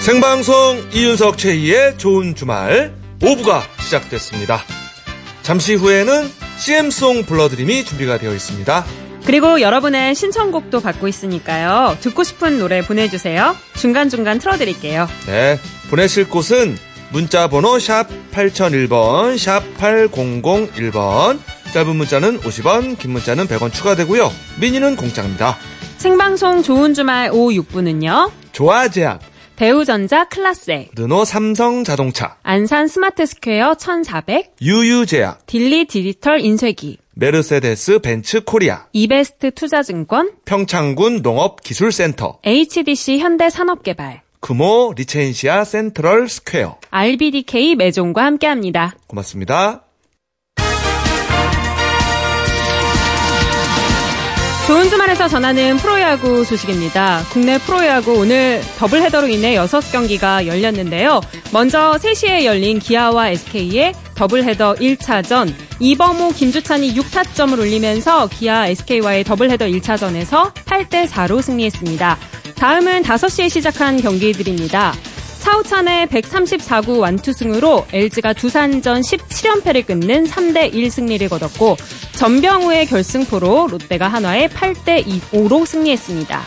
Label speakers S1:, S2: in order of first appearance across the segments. S1: 생방송 이윤석 최희의 좋은 주말 5부가 시작됐습니다. 잠시 후에는 CM송 불러드림이 준비가 되어 있습니다.
S2: 그리고 여러분의 신청곡도 받고 있으니까요. 듣고 싶은 노래 보내주세요. 중간중간 틀어드릴게요.
S1: 네, 보내실 곳은 문자 번호 샵 8001번, 샵 8001번. 짧은 문자는 50원, 긴 문자는 100원 추가되고요. 미니는 공짜입니다.
S2: 생방송 좋은 주말 오후 6부는요.
S1: 조아제약,
S2: 대우전자 클라스
S1: 르노 삼성자동차,
S2: 안산 스마트스퀘어 1400,
S1: 유유제약,
S2: 딜리 디지털 인쇄기,
S1: 메르세데스 벤츠 코리아,
S2: 이베스트 투자증권,
S1: 평창군 농업기술센터,
S2: HDC 현대산업개발,
S1: 금호 리첸시아 센트럴 스퀘어.
S2: RBDK 매종과 함께합니다.
S1: 고맙습니다.
S2: 좋은 주말에서 전하는 프로야구 소식입니다. 국내 프로야구 오늘 더블헤더로 인해 6경기가 열렸는데요. 먼저 3시에 열린 기아와 SK의 더블헤더 1차전 이범호 김주찬이 6타점을 올리면서 기아 SK와의 더블헤더 1차전에서 8대 4로 승리했습니다. 다음은 5시에 시작한 경기들입니다. 차우찬의 134구 완투승으로 LG가 두산전 17연패를 끊는 3대1 승리를 거뒀고 전병우의 결승포로 롯데가 한화에 8대2로 승리했습니다.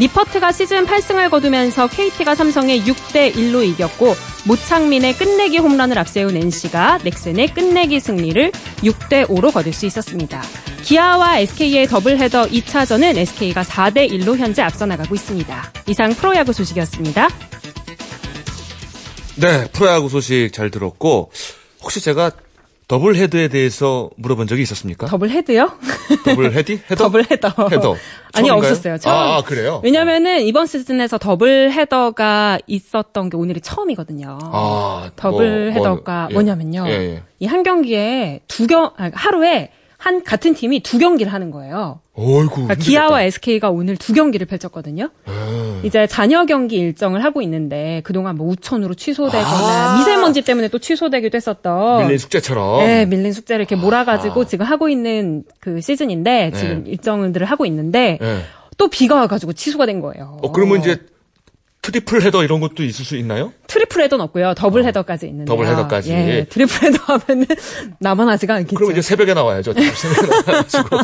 S2: 니퍼트가 시즌 8승을 거두면서 KT가 삼성에 6대1로 이겼고 모창민의 끝내기 홈런을 앞세운 NC가 넥센의 끝내기 승리를 6대5로 거둘 수 있었습니다. 기아와 SK의 더블헤더 2차전은 SK가 4대1로 현재 앞서 나가고 있습니다. 이상 프로야구 소식이었습니다.
S1: 네, 프로야구 소식 잘 들었고 혹시 제가 더블 헤드에 대해서 물어본 적이 있었습니까?
S2: 더블 헤드요?
S1: 더블 헤디? 헤더?
S2: 더블 헤더.
S1: 헤더.
S2: 아니
S1: 처음인가요?
S2: 없었어요. 처음.
S1: 아, 아, 그래요?
S2: 왜냐면은 이번 시즌에서 더블 헤더가 있었던 게 오늘이 처음이거든요.
S1: 아,
S2: 더블
S1: 뭐,
S2: 헤더가
S1: 뭐, 예.
S2: 뭐냐면요.
S1: 예, 예.
S2: 이 한 경기에 두경 아, 하루에 한 같은 팀이 두 경기를 하는 거예요.
S1: 어이구.
S2: 그러니까
S1: 힘들겠다. 예.
S2: 기아와 SK가 오늘 두 경기를 펼쳤거든요. 이제 잔여 경기 일정을 하고 있는데 그동안 뭐 우천으로 취소되거나
S1: 아.
S2: 미세먼지 때문에 또 취소되기도 했었던
S1: 밀린 숙제처럼.
S2: 네, 밀린 숙제를 이렇게 몰아가지고 지금 하고 있는 그
S1: 네.
S2: 시즌인데 지금 일정들을 하고 있는데
S1: 예.
S2: 또 비가 와가지고 취소가 된 거예요.
S1: 어, 그러면 이제 트리플 헤더 이런 것도 있을 수 있나요?
S2: 트리플 헤더는 없고요. 더블 헤더까지 있는데.
S1: 어. 더블 헤더까지.
S2: 예, 트리플 헤더 하면은 나만하지가 않겠죠.
S1: 그럼 이제 새벽에 나와야죠. 새벽에 나와가지고.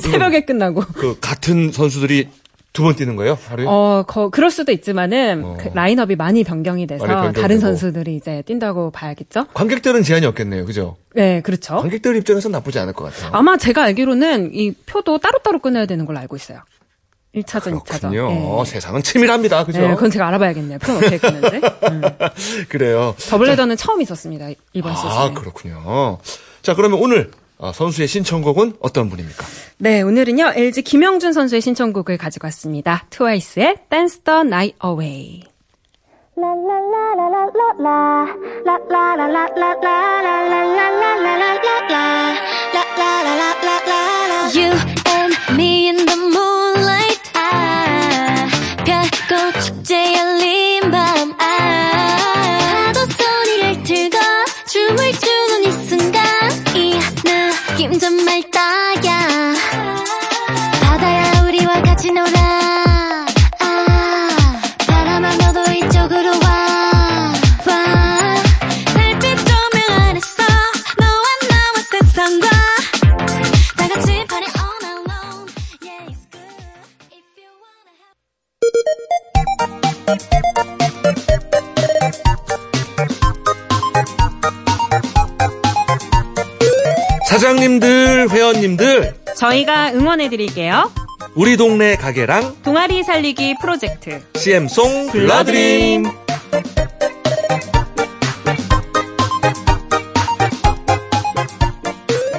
S2: 새벽에 끝나고.
S1: 그 같은 선수들이 두 번 뛰는 거예요? 하루에?
S2: 어, 거- 그럴 수도 있지만은
S1: 네? 어.
S2: 그 라인업이 많이 변경이 돼서
S1: 많이 변경되고.
S2: 다른 선수들이 이제 뛴다고 봐야겠죠.
S1: 관객들은 제한이 없겠네요. 그죠?
S2: 네, 그렇죠.
S1: 관객들 입장에서 나쁘지 않을 것 같아요.
S2: 아마 제가 알기로는 이 표도 따로따로 끊어야 되는 걸로 알고 있어요. 1차전, 2차전.
S1: 그렇군요. 어, 세상은 치밀합니다. 그죠?
S2: 예. 네, 그건 제가 알아봐야겠네요. 표는 어떻게 끊는지. 음.
S1: 그래요.
S2: 더블헤더는 처음 있었습니다 이번 시즌에.
S1: 아, 그렇군요. 자, 그러면 오늘 아, 선수의 신청곡은 어떤 분입니까?
S2: 네, 오늘은요 LG 김영준 선수의 신청곡을 가지고 왔습니다. 트와이스의 Dance the Night Away.
S3: La la la la la la la la la la la la la la la la la la la la la la la la la la la
S4: You and me in the moonlight. 아, 별꽃 축제의 열린 밤. 아, 파도 소리를 틀고 춤을 추는 이 순간. 이 느낌 정말 딱이야. 바다야, 우리와 같이 놀아. 아, 바람아, 너도 이쪽으로 와. 와. 달빛 조명 안에서 너와 나와 세상과 다 같이 party all alone. Yeah, it's good if you wanna have.
S1: 사장님들, 회원님들,
S2: 저희가 응원해드릴게요.
S1: 우리 동네 가게랑
S2: 동아리 살리기 프로젝트.
S1: CM송 불러드림.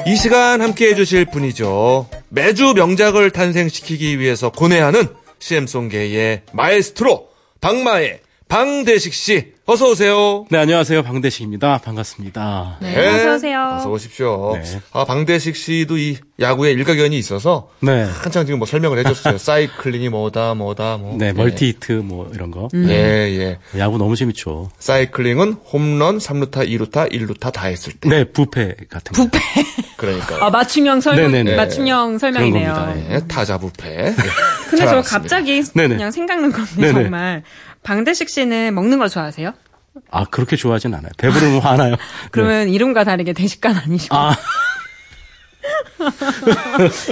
S1: 이 시간 함께 해주실 분이죠. 매주 명작을 탄생시키기 위해서 고뇌하는 CM송계의 마에스트로 박마의 방대식 씨 어서 오세요.
S5: 네, 안녕하세요. 방대식입니다. 반갑습니다.
S2: 네,
S1: 네.
S2: 어서 오세요.
S1: 어서 오십시오.
S5: 네.
S1: 아, 방대식 씨도 이 야구에 일가견이 있어서
S5: 네.
S1: 한창 지금 뭐 설명을 해줬어요. 사이클링이 뭐다, 뭐다, 뭐.
S5: 네, 멀티히트 뭐 이런 거.
S2: 음.
S5: 네,
S1: 예, 예.
S5: 야구 너무 재밌죠.
S1: 사이클링은 홈런, 3루타, 2루타, 1루타 다 했을 때.
S5: 네, 부패 같은 거.
S2: 부패.
S1: 그러니까요.
S2: 아 맞춤형 설명.
S5: 네네네.
S2: 맞춤형 설명이네요.
S5: 그런 겁니다, 예.
S1: 예, 타자 부패. 예,
S2: 근데
S1: 잘
S2: 저
S1: 알았습니다.
S2: 갑자기
S5: 네네.
S2: 그냥 생각난 건데
S5: 네네.
S2: 정말 방대식 씨는 먹는 거 좋아하세요?
S5: 아 그렇게 좋아하진 않아요. 배부르면 화나요. 네.
S2: 그러면 이름과 다르게 대식간 아니시고
S5: 아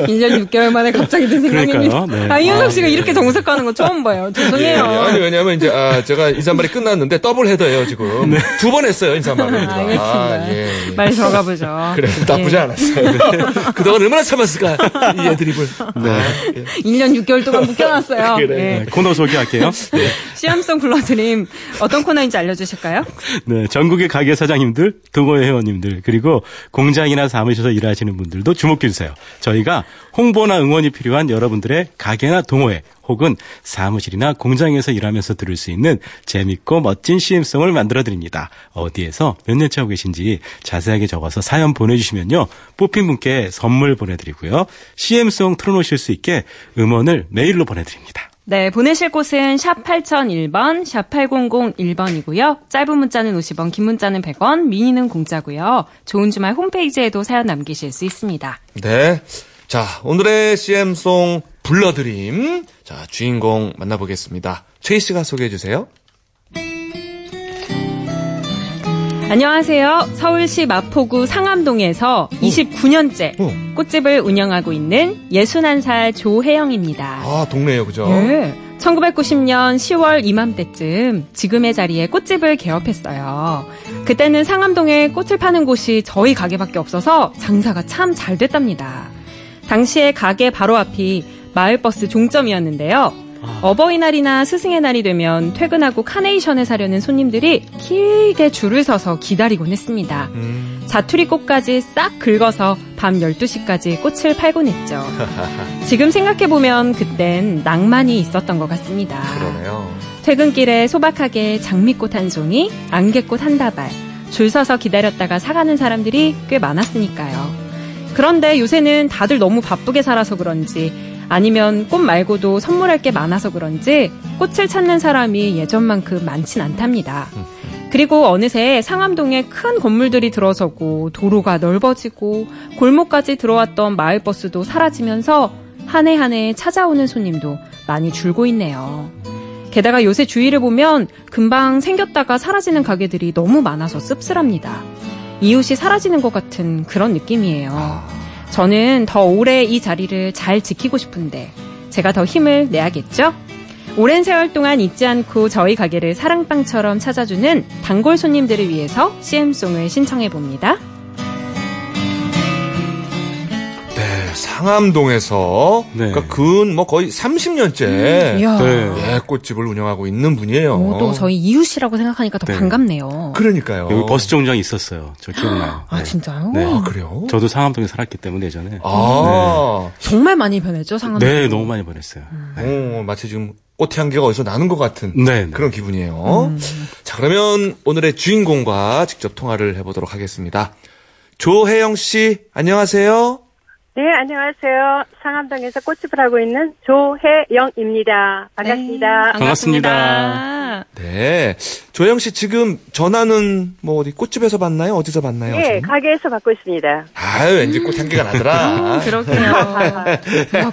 S2: 1년 6개월 만에 갑자기 든 생각입니다.
S5: 그러니까요. 네.
S2: 아,
S5: 아,
S2: 이윤석 씨가
S5: 네.
S2: 이렇게 정색하는 거 처음
S1: 예,
S2: 봐요.
S1: 아니
S2: 죄송해요.
S1: 왜냐면 이제 아 제가 인사말이 끝났는데 더블 헤더예요 지금 두 번 했어요 인사말을.
S2: 네. 알겠습니다.
S1: 아, 예, 예.
S2: 말 들어가보죠.
S1: 그래 나쁘지
S2: 예.
S1: 않았어요. 네. 그동안 얼마나 참았을까 이 애드립을. 아, 예.
S2: 1년 6개월 동안 묶여놨어요.
S1: 그래.
S5: 네,
S2: 예.
S5: 코너 소개할게요.
S2: 시험성 불러드림 어떤 코너인지 알려주실까요?
S5: 네, 전국의 가게 사장님들, 동호 회원님들, 그리고 공장이나 사무실에서 일하시는 분들도 주목해주세요. 저희가 홍보나 응원이 필요한 여러분들의 가게나 동호회 혹은 사무실이나 공장에서 일하면서 들을 수 있는 재밌고 멋진 CM송을 만들어드립니다. 어디에서 몇 년째 하고 계신지 자세하게 적어서 사연 보내주시면요. 뽑힌 분께 선물 보내드리고요. CM송 틀어놓으실 수 있게 음원을 메일로 보내드립니다.
S2: 네, 보내실 곳은 샵 8001번, 샵 8001번이고요. 짧은 문자는 50원, 긴 문자는 100원, 미니는 공짜고요. 좋은 주말 홈페이지에도 사연 남기실 수 있습니다.
S1: 네. 자 오늘의 CM송 불러드림. 자 주인공 만나보겠습니다. 최희 씨가 소개해 주세요.
S2: 안녕하세요. 서울시 마포구 상암동에서 29년째
S1: 어.
S2: 꽃집을 운영하고 있는 61살 조혜영입니다.
S1: 아 동네예요 그죠?
S2: 예. 1990년 10월 이맘때쯤 지금의 자리에 꽃집을 개업했어요. 그때는 상암동에 꽃을 파는 곳이 저희 가게밖에 없어서 장사가 참 잘 됐답니다. 당시에 가게 바로 앞이 마을버스 종점이었는데요. 어버이날이나 스승의 날이 되면 퇴근하고 카네이션을 사려는 손님들이 길게 줄을 서서 기다리곤 했습니다.
S1: 음,
S2: 자투리 꽃까지 싹 긁어서 밤 12시까지 꽃을 팔곤 했죠. 지금 생각해보면 그땐 낭만이 있었던 것 같습니다.
S1: 그러네요.
S2: 퇴근길에 소박하게 장미꽃 한 송이, 안개꽃 한 다발, 줄 서서 기다렸다가 사가는 사람들이 꽤 많았으니까요. 그런데 요새는 다들 너무 바쁘게 살아서 그런지 아니면 꽃 말고도 선물할 게 많아서 그런지 꽃을 찾는 사람이 예전만큼 많진 않답니다. 그리고 어느새 상암동에 큰 건물들이 들어서고 도로가 넓어지고 골목까지 들어왔던 마을버스도 사라지면서 한 해 한 해 찾아오는 손님도 많이 줄고 있네요. 게다가 요새 주위를 보면 금방 생겼다가 사라지는 가게들이 너무 많아서 씁쓸합니다. 이웃이 사라지는 것 같은 그런
S5: 아.
S2: 느낌이에요. 저는 더 오래 이 자리를 잘 지키고 싶은데 제가 더 힘을 내야겠죠? 오랜 세월 동안 잊지 않고 저희 가게를 사랑방처럼 찾아주는 단골 손님들을 위해서 CM송을 신청해 봅니다.
S1: 네 상암동에서
S5: 네.
S1: 그러니까 근뭐 거의 30년째
S5: 네.
S1: 예, 꽃집을 운영하고 있는 분이에요.
S2: 오, 또 음, 저희 이웃이라고 생각하니까 더
S5: 네.
S2: 반갑네요.
S1: 그러니까요.
S5: 여기 버스 정장이 있었어요. 저 기억나요.
S2: 아
S5: 네.
S2: 진짜요?
S5: 네.
S1: 아, 그래요?
S5: 저도 상암동에 살았기 때문에 예전에.
S1: 아,
S2: 정말 많이 변했죠 상암.
S5: 네, 너무 많이 보냈어요.
S1: 어, 마치 지금 꽃 향기가 어디서 나는 것 같은
S5: 네, 네.
S1: 그런 기분이에요.
S2: 음.
S1: 자, 그러면 오늘의 주인공과 직접 통화를 해보도록 하겠습니다. 조혜영 씨, 안녕하세요.
S6: 네, 안녕하세요. 상암동에서 꽃집을 하고 있는
S2: 네,
S6: 조혜영입니다. 반갑습니다.
S5: 반갑습니다.
S1: 네. 조혜영 씨 지금 전화는 뭐 어디 꽃집에서 봤나요? 어디서 봤나요?
S6: 예,
S1: 지금?
S6: 가게에서 받고 있습니다.
S1: 아, 왠지 꽃 향기가 나더라.
S2: 그렇군요. 야,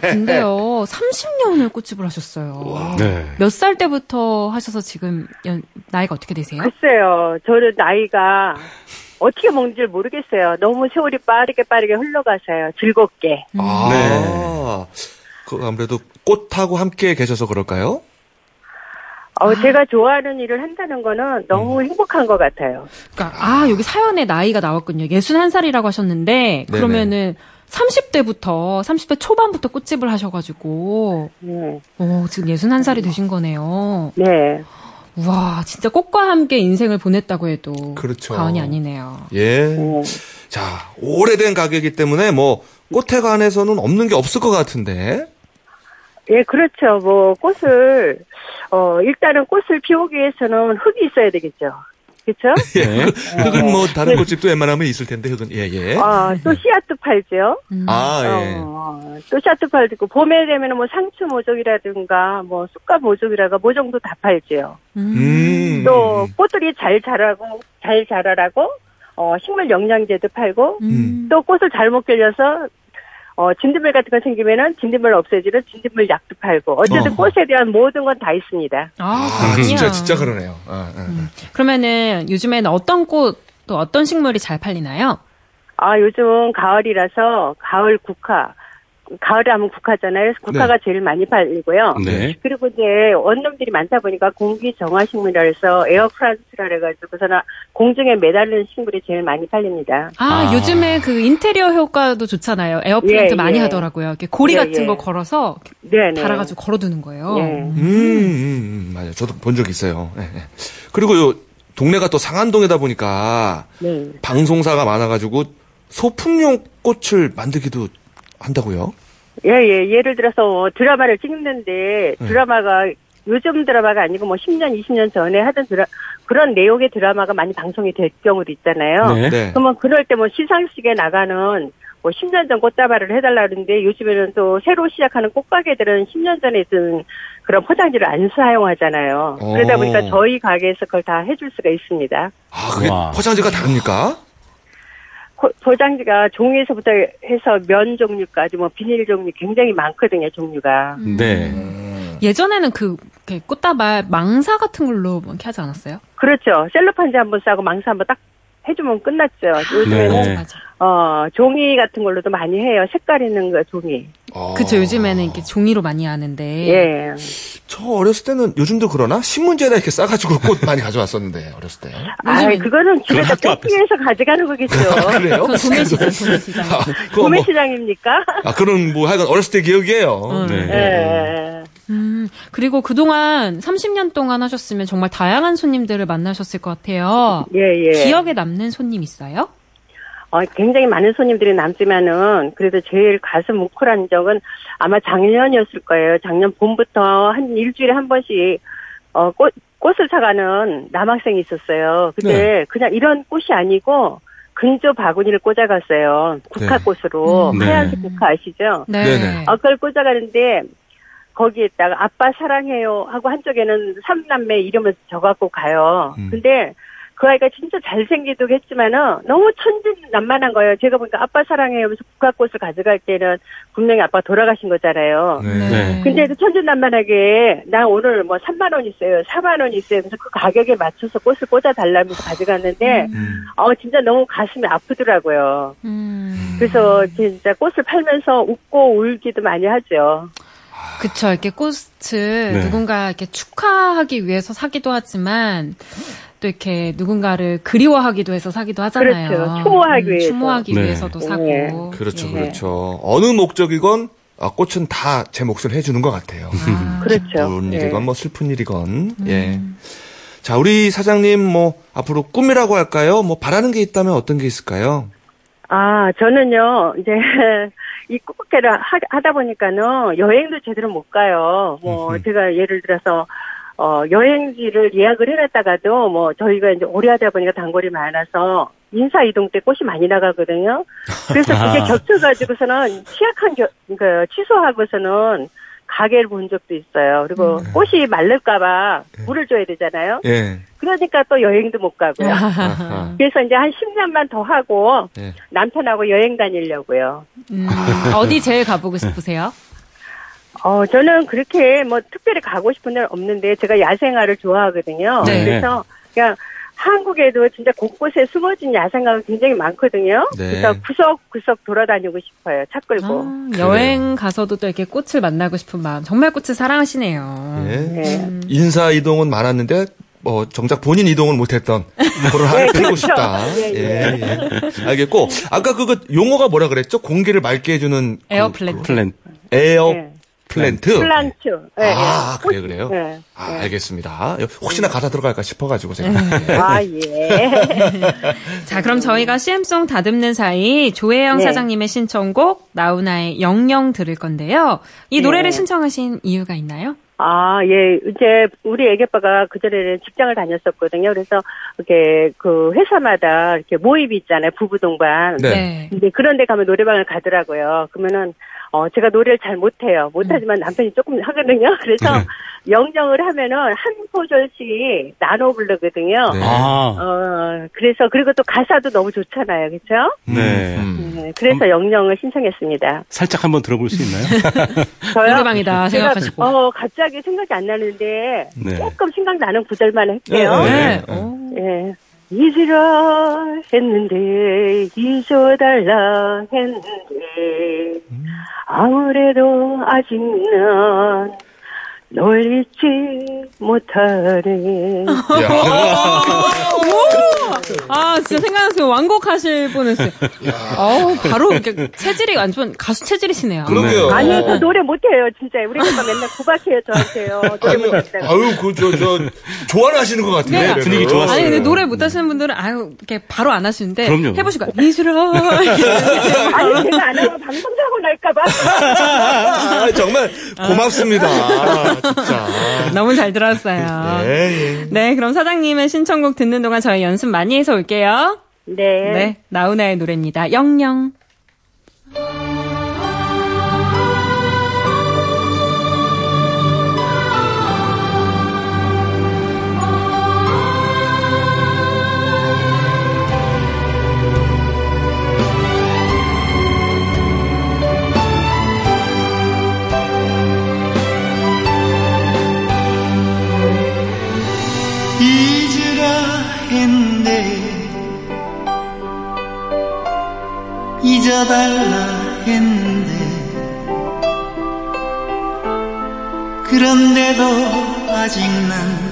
S2: 근데요. 30년을 꽃집을 하셨어요.
S5: 네.
S2: 몇 살 때부터 하셔서 지금 연- 나이가 어떻게 되세요?
S6: 글쎄요, 저는 나이가 어떻게 먹는지 모르겠어요. 너무 세월이 빠르게 빠르게 흘러가서요. 즐겁게.
S1: 아,
S5: 네.
S1: 그 아무래도 꽃하고 함께 계셔서 그럴까요?
S6: 어, 제가 좋아하는 일을 한다는 거는
S1: 음.
S6: 너무 행복한 것 같아요.
S2: 그러니까 아, 여기 사연에 나이가 나왔군요. 61살이라고 하셨는데 그러면은 30대부터 30대 초반부터 꽃집을 하셔 가지고
S6: 네.
S2: 오, 지금 61살이 되신 거네요.
S6: 네.
S2: 와, 진짜 꽃과 함께 인생을 보냈다고 해도
S1: 그렇죠.
S2: 과언이 아니네요.
S1: 예.
S6: 네.
S1: 자, 오래된 가게이기 때문에 뭐 꽃에 관해서는 없는 게 없을 것 같은데.
S6: 예, 그렇죠. 뭐, 꽃을, 어, 일단은 꽃을 피우기 위해서는 흙이 있어야 되겠죠. 그렇죠?
S5: 네.
S1: 흙은 뭐 다른 꽃집도 웬만하면 있을 텐데 흙은 예 예.
S6: 아, 또 씨앗도 팔죠.
S2: 음.
S1: 아 예.
S6: 어, 또 샤트 팔도 있고 봄에 되면 뭐 상추 모종이라든가 뭐 쑥갓 모종이라가 모종도 다 팔지요.
S1: 음.
S6: 또 꽃들이 잘 자라고 잘 자라라고 어, 식물 영양제도 팔고
S1: 음.
S6: 또 꽃을 잘못 길려서 어, 진딧물 같은 거 생기면은 진딧물 없애주는 진딧물 약도 팔고 어쨌든
S1: 어.
S6: 꽃에 대한 모든 건 다 있습니다.
S2: 아,
S1: 아,
S2: 그렇군요.
S1: 진짜 진짜 그러네요. 아, 아, 아.
S2: 그러면은 요즘에는 어떤 꽃 또 어떤 식물이 잘 팔리나요?
S6: 아, 요즘 가을이라서 가을 국화. 가을에 하면 국화잖아요. 국화가
S1: 네.
S6: 제일 많이 팔리고요.
S5: 네.
S6: 그리고 이제 원룸들이 많다 보니까 공기 정화 식물이라 해서 에어프란스라 해가지고서는 공중에 매달리는 식물이 제일 많이 팔립니다.
S2: 아,
S5: 아.
S2: 요즘에 그 인테리어 효과도 좋잖아요. 에어플랜트
S6: 예,
S2: 많이
S6: 예.
S2: 하더라고요. 이렇게 고리
S6: 예,
S2: 같은
S6: 예.
S2: 거 걸어서 이렇게
S6: 네네.
S2: 달아가지고 걸어두는 거예요.
S6: 예.
S1: 음, 음, 음, 맞아요. 저도 본 적 있어요. 예, 예. 그리고 요 동네가 또 상안동이다 보니까
S6: 네.
S1: 방송사가 많아가지고 소품용 꽃을 만들기도 한다고요.
S6: 예, 예. 예를 들어서 뭐 드라마를 찍는데
S2: 네.
S6: 드라마가 요즘 드라마가 아니고 뭐 10년, 20년 전에 하던 드라, 그런 내용의 드라마가 많이 방송이 될 경우도 있잖아요.
S5: 네.
S1: 네.
S6: 그러면 그럴 때 뭐 시상식에 나가는 뭐 10년 전 꽃다발을 해달라 그러는데 요즘에는 또 새로 시작하는 꽃가게들은 10년 전에 있던 그런 포장지를 안 사용하잖아요. 그러다
S1: 오.
S6: 보니까 저희 가게에서 그걸 다 해줄 수가 있습니다.
S1: 아, 그게
S5: 와.
S1: 포장지가 다릅니까?
S6: 고- 포장지가 종이에서부터 해서 면 종류까지 뭐 비닐 종류 굉장히 많거든요, 종류가.
S5: 네.
S2: 예전에는 그 이렇게 꽃다발 망사 같은 걸로 뭐 이렇게 하지 않았어요?
S6: 그렇죠. 셀로판지 한번 싸고 망사 한번 딱 해주면 끝났죠. 요즘에는
S5: 네.
S2: 맞아.
S6: 어, 종이 같은 걸로도 많이 해요. 색깔 있는 거 종이.
S1: 어.
S2: 그쵸 요즘에는 이렇게 종이로 많이 하는데
S6: 예.
S1: 저 어렸을 때는 요즘도 그러나 신문지에다 이렇게 싸가지고 꽃 많이 가져왔었는데 어렸을 때.
S6: 아,
S2: 요즘엔-
S6: 그거는
S5: 그건
S6: 집에서
S5: 학교 앞에서.
S6: 쇼핑해서 가져가는 거겠죠.
S1: 그래요?
S2: 그건
S6: 그렇죠.
S2: 도매시장 도매시장
S1: 아, 그거 뭐,
S6: 도매시장입니까?
S1: 아, 그런 뭐 하여간 어렸을 때 기억이에요.
S2: 음.
S5: 네.
S6: 예. 예.
S2: 음, 그리고 그동안 30년 동안 하셨으면 정말 다양한 손님들을 만나셨을 것 같아요
S6: 예, 예.
S2: 기억에 남는 손님 있어요?
S6: 어, 굉장히 많은 손님들이 남지만은 그래도 제일 가슴 뭉클한 적은 아마 작년이었을 거예요. 작년 봄부터 한 일주일에 한 번씩 어, 꽃 꽃을 사가는 남학생이 있었어요. 근데 그냥 이런 꽃이 아니고 근조 바구니를 꽂아갔어요. 국화꽃으로
S5: 네.
S6: 하얀색 국화 아시죠?
S2: 네.
S1: 네네.
S6: 아, 그걸 꽂아가는데 거기에다가 아빠 사랑해요 하고 한쪽에는 삼남매 이름을 적갖고 가요.
S1: 음.
S6: 근데 그 아이가 진짜 잘생기도 했지만은 너무 천진난만한 거예요. 제가 보니까 아빠 사랑해요 하면서 국화꽃을 가져갈 때는 분명히 아빠 돌아가신 거잖아요.
S1: 네.
S5: 네.
S6: 근데 그 천진난만하게 나 오늘 뭐 3만 원 있어요, 4만 원 있어요. 그래서 그 가격에 맞춰서 꽃을 꽂아 달라면서 가져갔는데
S1: 음.
S6: 어 진짜 너무 가슴이 아프더라고요.
S2: 음.
S6: 그래서 진짜 꽃을 팔면서 웃고 울기도 많이 하죠.
S2: 그쵸. 이렇게 꽃을
S1: 네.
S2: 누군가 이렇게 축하하기 위해서 사기도 하지만 또 이렇게 누군가를 그리워하기도 해서 사기도 하잖아요. 음,
S6: 그렇죠. 추모하기 위해서.
S2: 추모하기
S5: 네.
S2: 위해서도 사고.
S1: 그렇죠,
S2: 예.
S1: 그렇죠. 어느 목적이건 아, 꽃은 다 제 몫을 해주는 것 같아요.
S2: 아, 음.
S6: 그렇죠.
S1: 좋은
S6: 예.
S1: 일이건 뭐 슬픈 일이건 예. 자 우리 사장님 뭐 앞으로 꿈이라고 할까요? 뭐 바라는 게 있다면 어떤 게 있을까요?
S6: 아, 저는요, 이제, 이 꾹꾹해를 하- 하다 보니까는 여행도 제대로 못 가요. 뭐, 제가 예를 들어서, 어, 여행지를 예약을 해놨다가도 뭐, 저희가 이제 오래 하다 보니까 단골이 많아서 인사 이동 때 꽃이 많이 나가거든요. 그래서 그게
S5: 아.
S6: 겹쳐가지고서는 취약한 겨, 그, 취소하고서는 가게를 본 적도 있어요. 그리고 꽃이 말를까봐 물을 줘야 되잖아요.
S1: 예.
S6: 그러니까 또 여행도 못 가고요.
S1: 아하.
S6: 그래서 이제 한 10년만 더 하고
S1: 예.
S6: 남편하고 여행 다니려고요.
S2: 음, 어디 제일 가보고 싶으세요?
S6: 네. 어, 저는 그렇게 뭐 특별히 가고 싶은 데는 없는데 제가 야생화를 좋아하거든요.
S5: 네.
S6: 그래서 그냥 한국에도 진짜 곳곳에 숨어진 야생화가 굉장히 많거든요.
S1: 네.
S6: 그래서 구석구석 돌아다니고 싶어요. 차 끌고.
S2: 아, 여행 가서도 또 이렇게 꽃을 만나고 싶은 마음. 정말 꽃을 사랑하시네요.
S1: 예.
S6: 네.
S1: 인사 이동은 많았는데 뭐 정작 본인 이동은 못했던 그런 하루 되고
S6: 그렇죠.
S1: 싶다.
S6: 예,
S1: 예, 예. 알겠고 아까 그거 용어가 뭐라 그랬죠? 공기를 맑게 해주는 그-
S2: 에어플랜트.
S5: 네. 플랜.
S1: 그 에어
S6: 예.
S1: 플랜트.
S6: 플란츠. 예, 예.
S1: 아 그래 그래요.
S6: 예.
S1: 아 알겠습니다. 혹시나 가사 들어갈까 싶어가지고 제가.
S6: 아, 예.
S2: 자, 그럼 저희가 CM송 다듬는 사이 조혜영
S6: 네.
S2: 사장님의 신청곡 나훈아의 영영 들을 건데요. 이
S6: 네.
S2: 노래를 신청하신 이유가 있나요?
S6: 아, 예. 이제 우리 애기아빠가 그전에는 직장을 다녔었거든요. 그래서 이렇게 그 회사마다 이렇게 모임이 있잖아요. 부부 동반.
S1: 네.
S6: 이제 그런 데 가면 노래방을 가더라고요. 그러면은 어, 제가 노래를 잘 못해요. 못하지만 남편이 조금 하거든요. 그래서 영정을 하면은 한 소절씩 나눠 부르거든요.
S1: 네.
S5: 아,
S6: 어, 그래서, 그리고 또 가사도 너무 좋잖아요. 그쵸?
S5: 네.
S1: 음.
S6: 네, 그래서 영영을 신청했습니다.
S5: 살짝 한번 들어볼 수 있나요?
S6: 저요?
S2: 노래방이다
S6: 네. 제가,
S2: 생각하시고.
S6: 어, 갑자기 생각이 안 나는데,
S5: 네.
S6: 조금 생각나는 구절만 할게요.
S1: 네,
S2: 네.
S1: 네.
S2: 어.
S6: 예. 잊으라 했는데, 잊어달라 했는데, 아무래도 아직 난널 잊지 못하네.
S1: 어. 야.
S2: 아, 진짜 생각났어요. 완곡하실 뻔했어요. 어우, 바로 이렇게 체질이 완전 가수 체질이시네요.
S1: 그러게요.
S6: 아니, 저 노래 못해요, 진짜. 우리 엄마 맨날 구박해요, 저한테요. 노래
S1: 아니요.
S6: 못한다고.
S1: 아유, 그, 저, 저, 좋아하시는 것 같은데.
S2: 네.
S1: 노래를.
S5: 분위기 좋았어요.
S2: 아니, 근데 노래 못하시는 분들은, 아유, 이렇게 바로 안 하시는데.
S5: 그럼요.
S2: 해보시고, 미술어.
S6: 아니, 제가 안 하고 방송사고 날까봐.
S1: 아, 정말 고맙습니다. 아, 진짜.
S2: 너무 잘 들었어요.
S1: 예, 예.
S2: 네, 그럼 사장님의 신청곡 듣는 동안 저희 연습 많이 해서 올게요.
S6: 네.
S2: 네, 나훈아의 노래입니다. 영영.
S7: 잊으라 했는데 잊어달라 했는데 그런데도 아직 난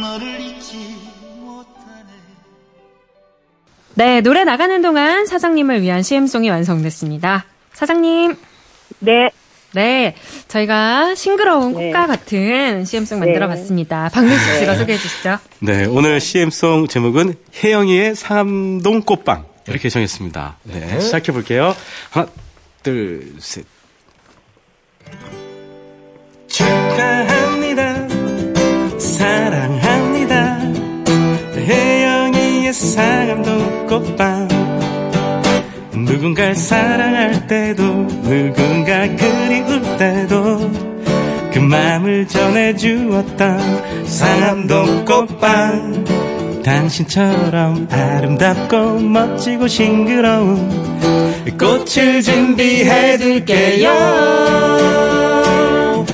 S7: 너를 잊지 못하네
S2: 네, 노래 나가는 동안 사장님을 위한 CM송이 완성됐습니다. 사장님.
S6: 네.
S2: 네, 저희가 싱그러운
S6: 네.
S2: 꽃과 같은 CM송 만들어 봤습니다. 박민식 씨가 소개해 주시죠.
S5: 네, 오늘 CM송 제목은 혜영이의 삼동 꽃방 이렇게 정했습니다. 네, 시작해 볼게요. 하나, 둘, 셋. 축하합니다. 사랑합니다. 혜영이의 삼동 꽃방. 누군가를 사랑할 때도 누군가 그리울 때도 그 마음을 전해주었던 상암동 꽃방 당신처럼 아름답고 멋지고 싱그러운 꽃을 준비해둘게요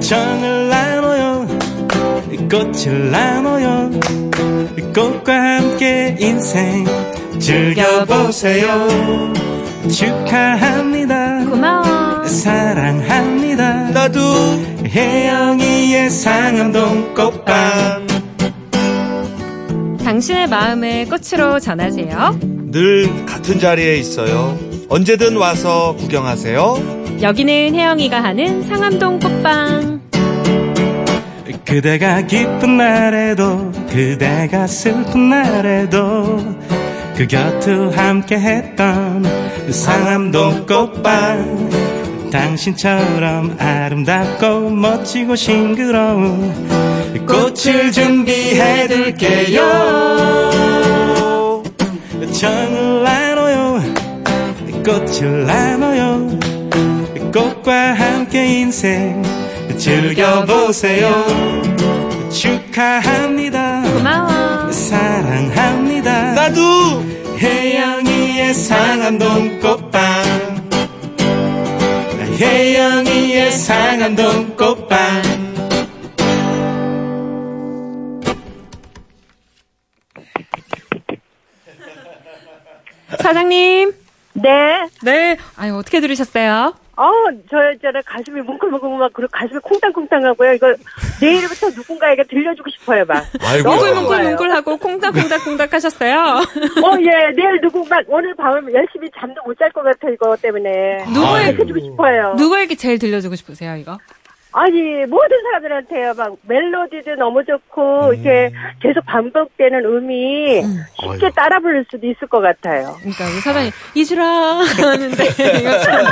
S5: 정을 나눠요 꽃을 나눠요 꽃과 함께 인생 즐겨보세요 축하합니다
S2: 고마워.
S5: 사랑합니다 나도 혜영이의 상암동 꽃밤
S2: 당신의 마음을 꽃으로 전하세요.
S1: 늘 같은 자리에 있어요. 언제든 와서 구경하세요.
S2: 여기는 혜영이가 하는 상암동 꽃방.
S5: 그대가 기쁜 날에도 그대가 슬픈 날에도 그 곁을 함께 했던 그 상암동 꽃밤 당신처럼 아름답고 멋지고 싱그러운 꽃을 준비해둘게요 정을 나눠요 꽃을 나눠요 꽃과 함께 인생 즐겨보세요 축하합니다
S2: 고마워.
S5: 사랑합니다
S1: 나도!
S5: 혜영이의 상암동 꽃방 혜영이의 상암동 꽃방
S2: 사장님.
S6: 네.
S2: 네. 아유, 어떻게 들으셨어요?
S6: 어, 저, 저, 가슴이 뭉클뭉클 막, 그리고 가슴이 콩땅콩땅 하고요. 이거 내일부터 누군가에게 들려주고 싶어요, 막.
S1: 아이고.
S6: 너무
S1: 야.
S6: 좋아요.
S2: 뭉클뭉클하고 콩닥콩닥콩닥 하셨어요.
S6: 어, 예, 내일 누구 막, 오늘 밤 열심히 잠도 못 잘 것 같아, 이거 때문에.
S2: 누구의-
S6: 해주고 싶어요.
S2: 누구에게 제일 들려주고 싶으세요, 이거?
S6: 아니 모든 사람들한테요 막 멜로디도 너무
S1: 음.
S6: 좋고 이게 계속 반복되는 음이 쉽게 따라 부를 수도 있을 것 같아요.
S2: 그러니까 우리 사장님 이주라
S6: 네.
S2: 하는데 이거 참-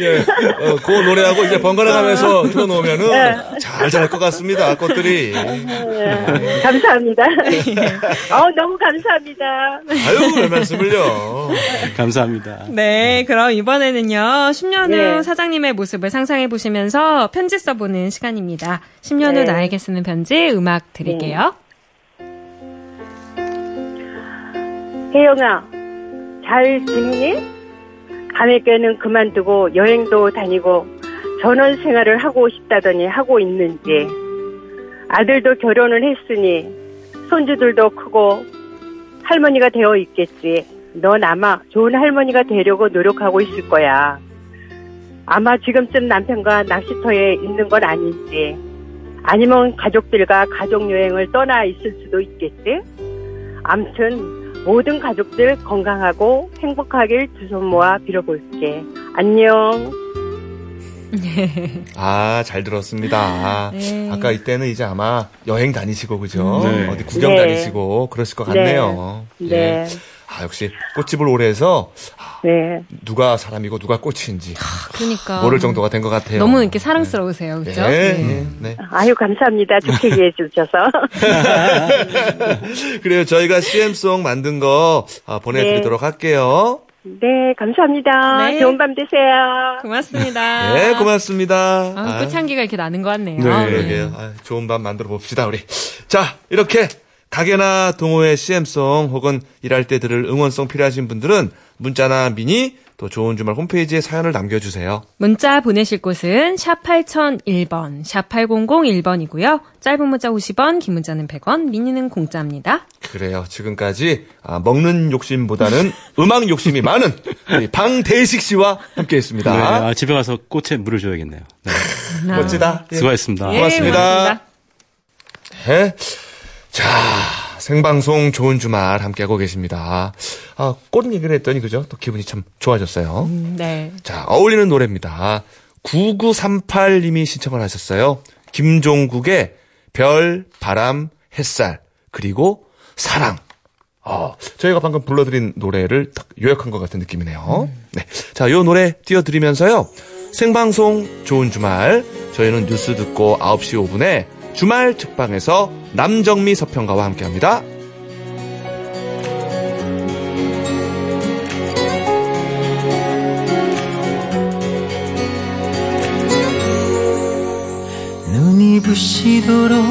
S1: 예, 어, 그 노래하고 이제 번갈아 가면서 틀어놓으면은 잘 자랄 것 같습니다. 꽃들이. 네.
S6: 예, 감사합니다.
S2: 네.
S6: 어 너무 감사합니다.
S1: 아유, 왜 말씀을요.
S5: 감사합니다.
S2: 네, 그럼 이번에는요. 10년 후
S6: 네.
S2: 사장님의 모습을 상상해 보시면서 편지 써보는 시간입니다. 10년 후
S6: 네.
S2: 나에게 쓰는 편지 음악 드릴게요.
S6: 혜영아, 잘 지니? 감에게는 그만두고 여행도 다니고 전원 생활을 하고 싶다더니 하고 있는지. 아들도 결혼을 했으니 손주들도 크고 할머니가 되어 있겠지. 넌 아마 좋은 할머니가 되려고 노력하고 있을 거야. 아마 지금쯤 남편과 낚시터에 있는 건 아닌지. 아니면 가족들과 가족 여행을 떠나 있을 수도 있겠지. 암튼 모든 가족들 건강하고 행복하길 두 손 모아 빌어볼게. 안녕.
S1: 아, 잘 들었습니다.
S2: 네.
S1: 아까 이때는 이제 아마 여행 다니시고, 그죠?
S5: 네.
S1: 어디 구경
S6: 네.
S1: 다니시고, 그러실 것 같네요.
S6: 네.
S1: 예. 아, 역시 꽃집을 오래 해서
S6: 네.
S1: 누가 사람이고 누가 꽃인지
S2: 그러니까
S1: 모를 정도가 된 것 같아요.
S2: 너무 이렇게 사랑스러우세요, 그렇죠?
S1: 네.
S2: 네.
S1: 네.
S6: 아유 감사합니다. 좋게 얘기해 주셔서.
S1: 그래요. 저희가 CM송 만든 거 아, 보내드리도록 할게요.
S6: 네, 감사합니다.
S2: 네.
S6: 좋은 밤 되세요.
S5: 아.
S2: 고맙습니다.
S1: 네, 고맙습니다.
S2: 아, 꽃향기가 이렇게 나는 것 같네요.
S1: 아, 그러게요. 아, 좋은 밤 만들어 봅시다, 우리. 자, 이렇게 가게나 동호회 CM송 혹은 일할 때 들을 응원송 필요하신 분들은 문자나 미니 또 좋은 주말 홈페이지에 사연을 남겨주세요.
S2: 문자 보내실 곳은 샵 8001번, 샵 8001번이고요. 짧은 문자 50원, 긴 문자는 100원, 미니는 공짜입니다.
S1: 그래요. 지금까지 아, 먹는 욕심보다는 음악 욕심이 많은 우리 방대식 씨와
S5: 네,
S1: 함께했습니다.
S5: 아, 집에 가서 꽃에 물을 줘야겠네요. 네,
S1: 멋지다. 예.
S5: 수고하셨습니다.
S2: 예,
S1: 고맙습니다.
S2: 고맙습니다.
S1: 예. 자, 생방송 좋은 주말 함께하고 계십니다. 아, 꽃 얘기를 했더니 그죠? 또 기분이 참 좋아졌어요.
S2: 네.
S1: 자, 어울리는 노래입니다. 9938님이 신청을 하셨어요. 김종국의 별, 바람, 햇살, 그리고 사랑. 어, 저희가 방금 불러드린 노래를 딱 요약한 것 같은 느낌이네요. 네. 자, 요 노래 띄워드리면서요. 생방송 좋은 주말. 저희는 뉴스 듣고 9시 5분에 주말 특방에서 남정미 서평가와 함께 합니다.
S7: 눈이 부시도록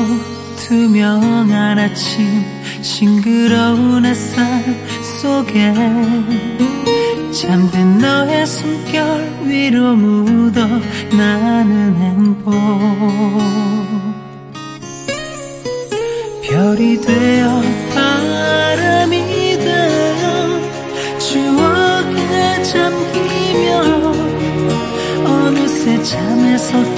S7: 투명한 아침 싱그러운 햇살 속에 잠든 너의 숨결 위로 묻어 나는 행복 별이 되어 바람이 되어 추억에 잠기며 어느새 잠에서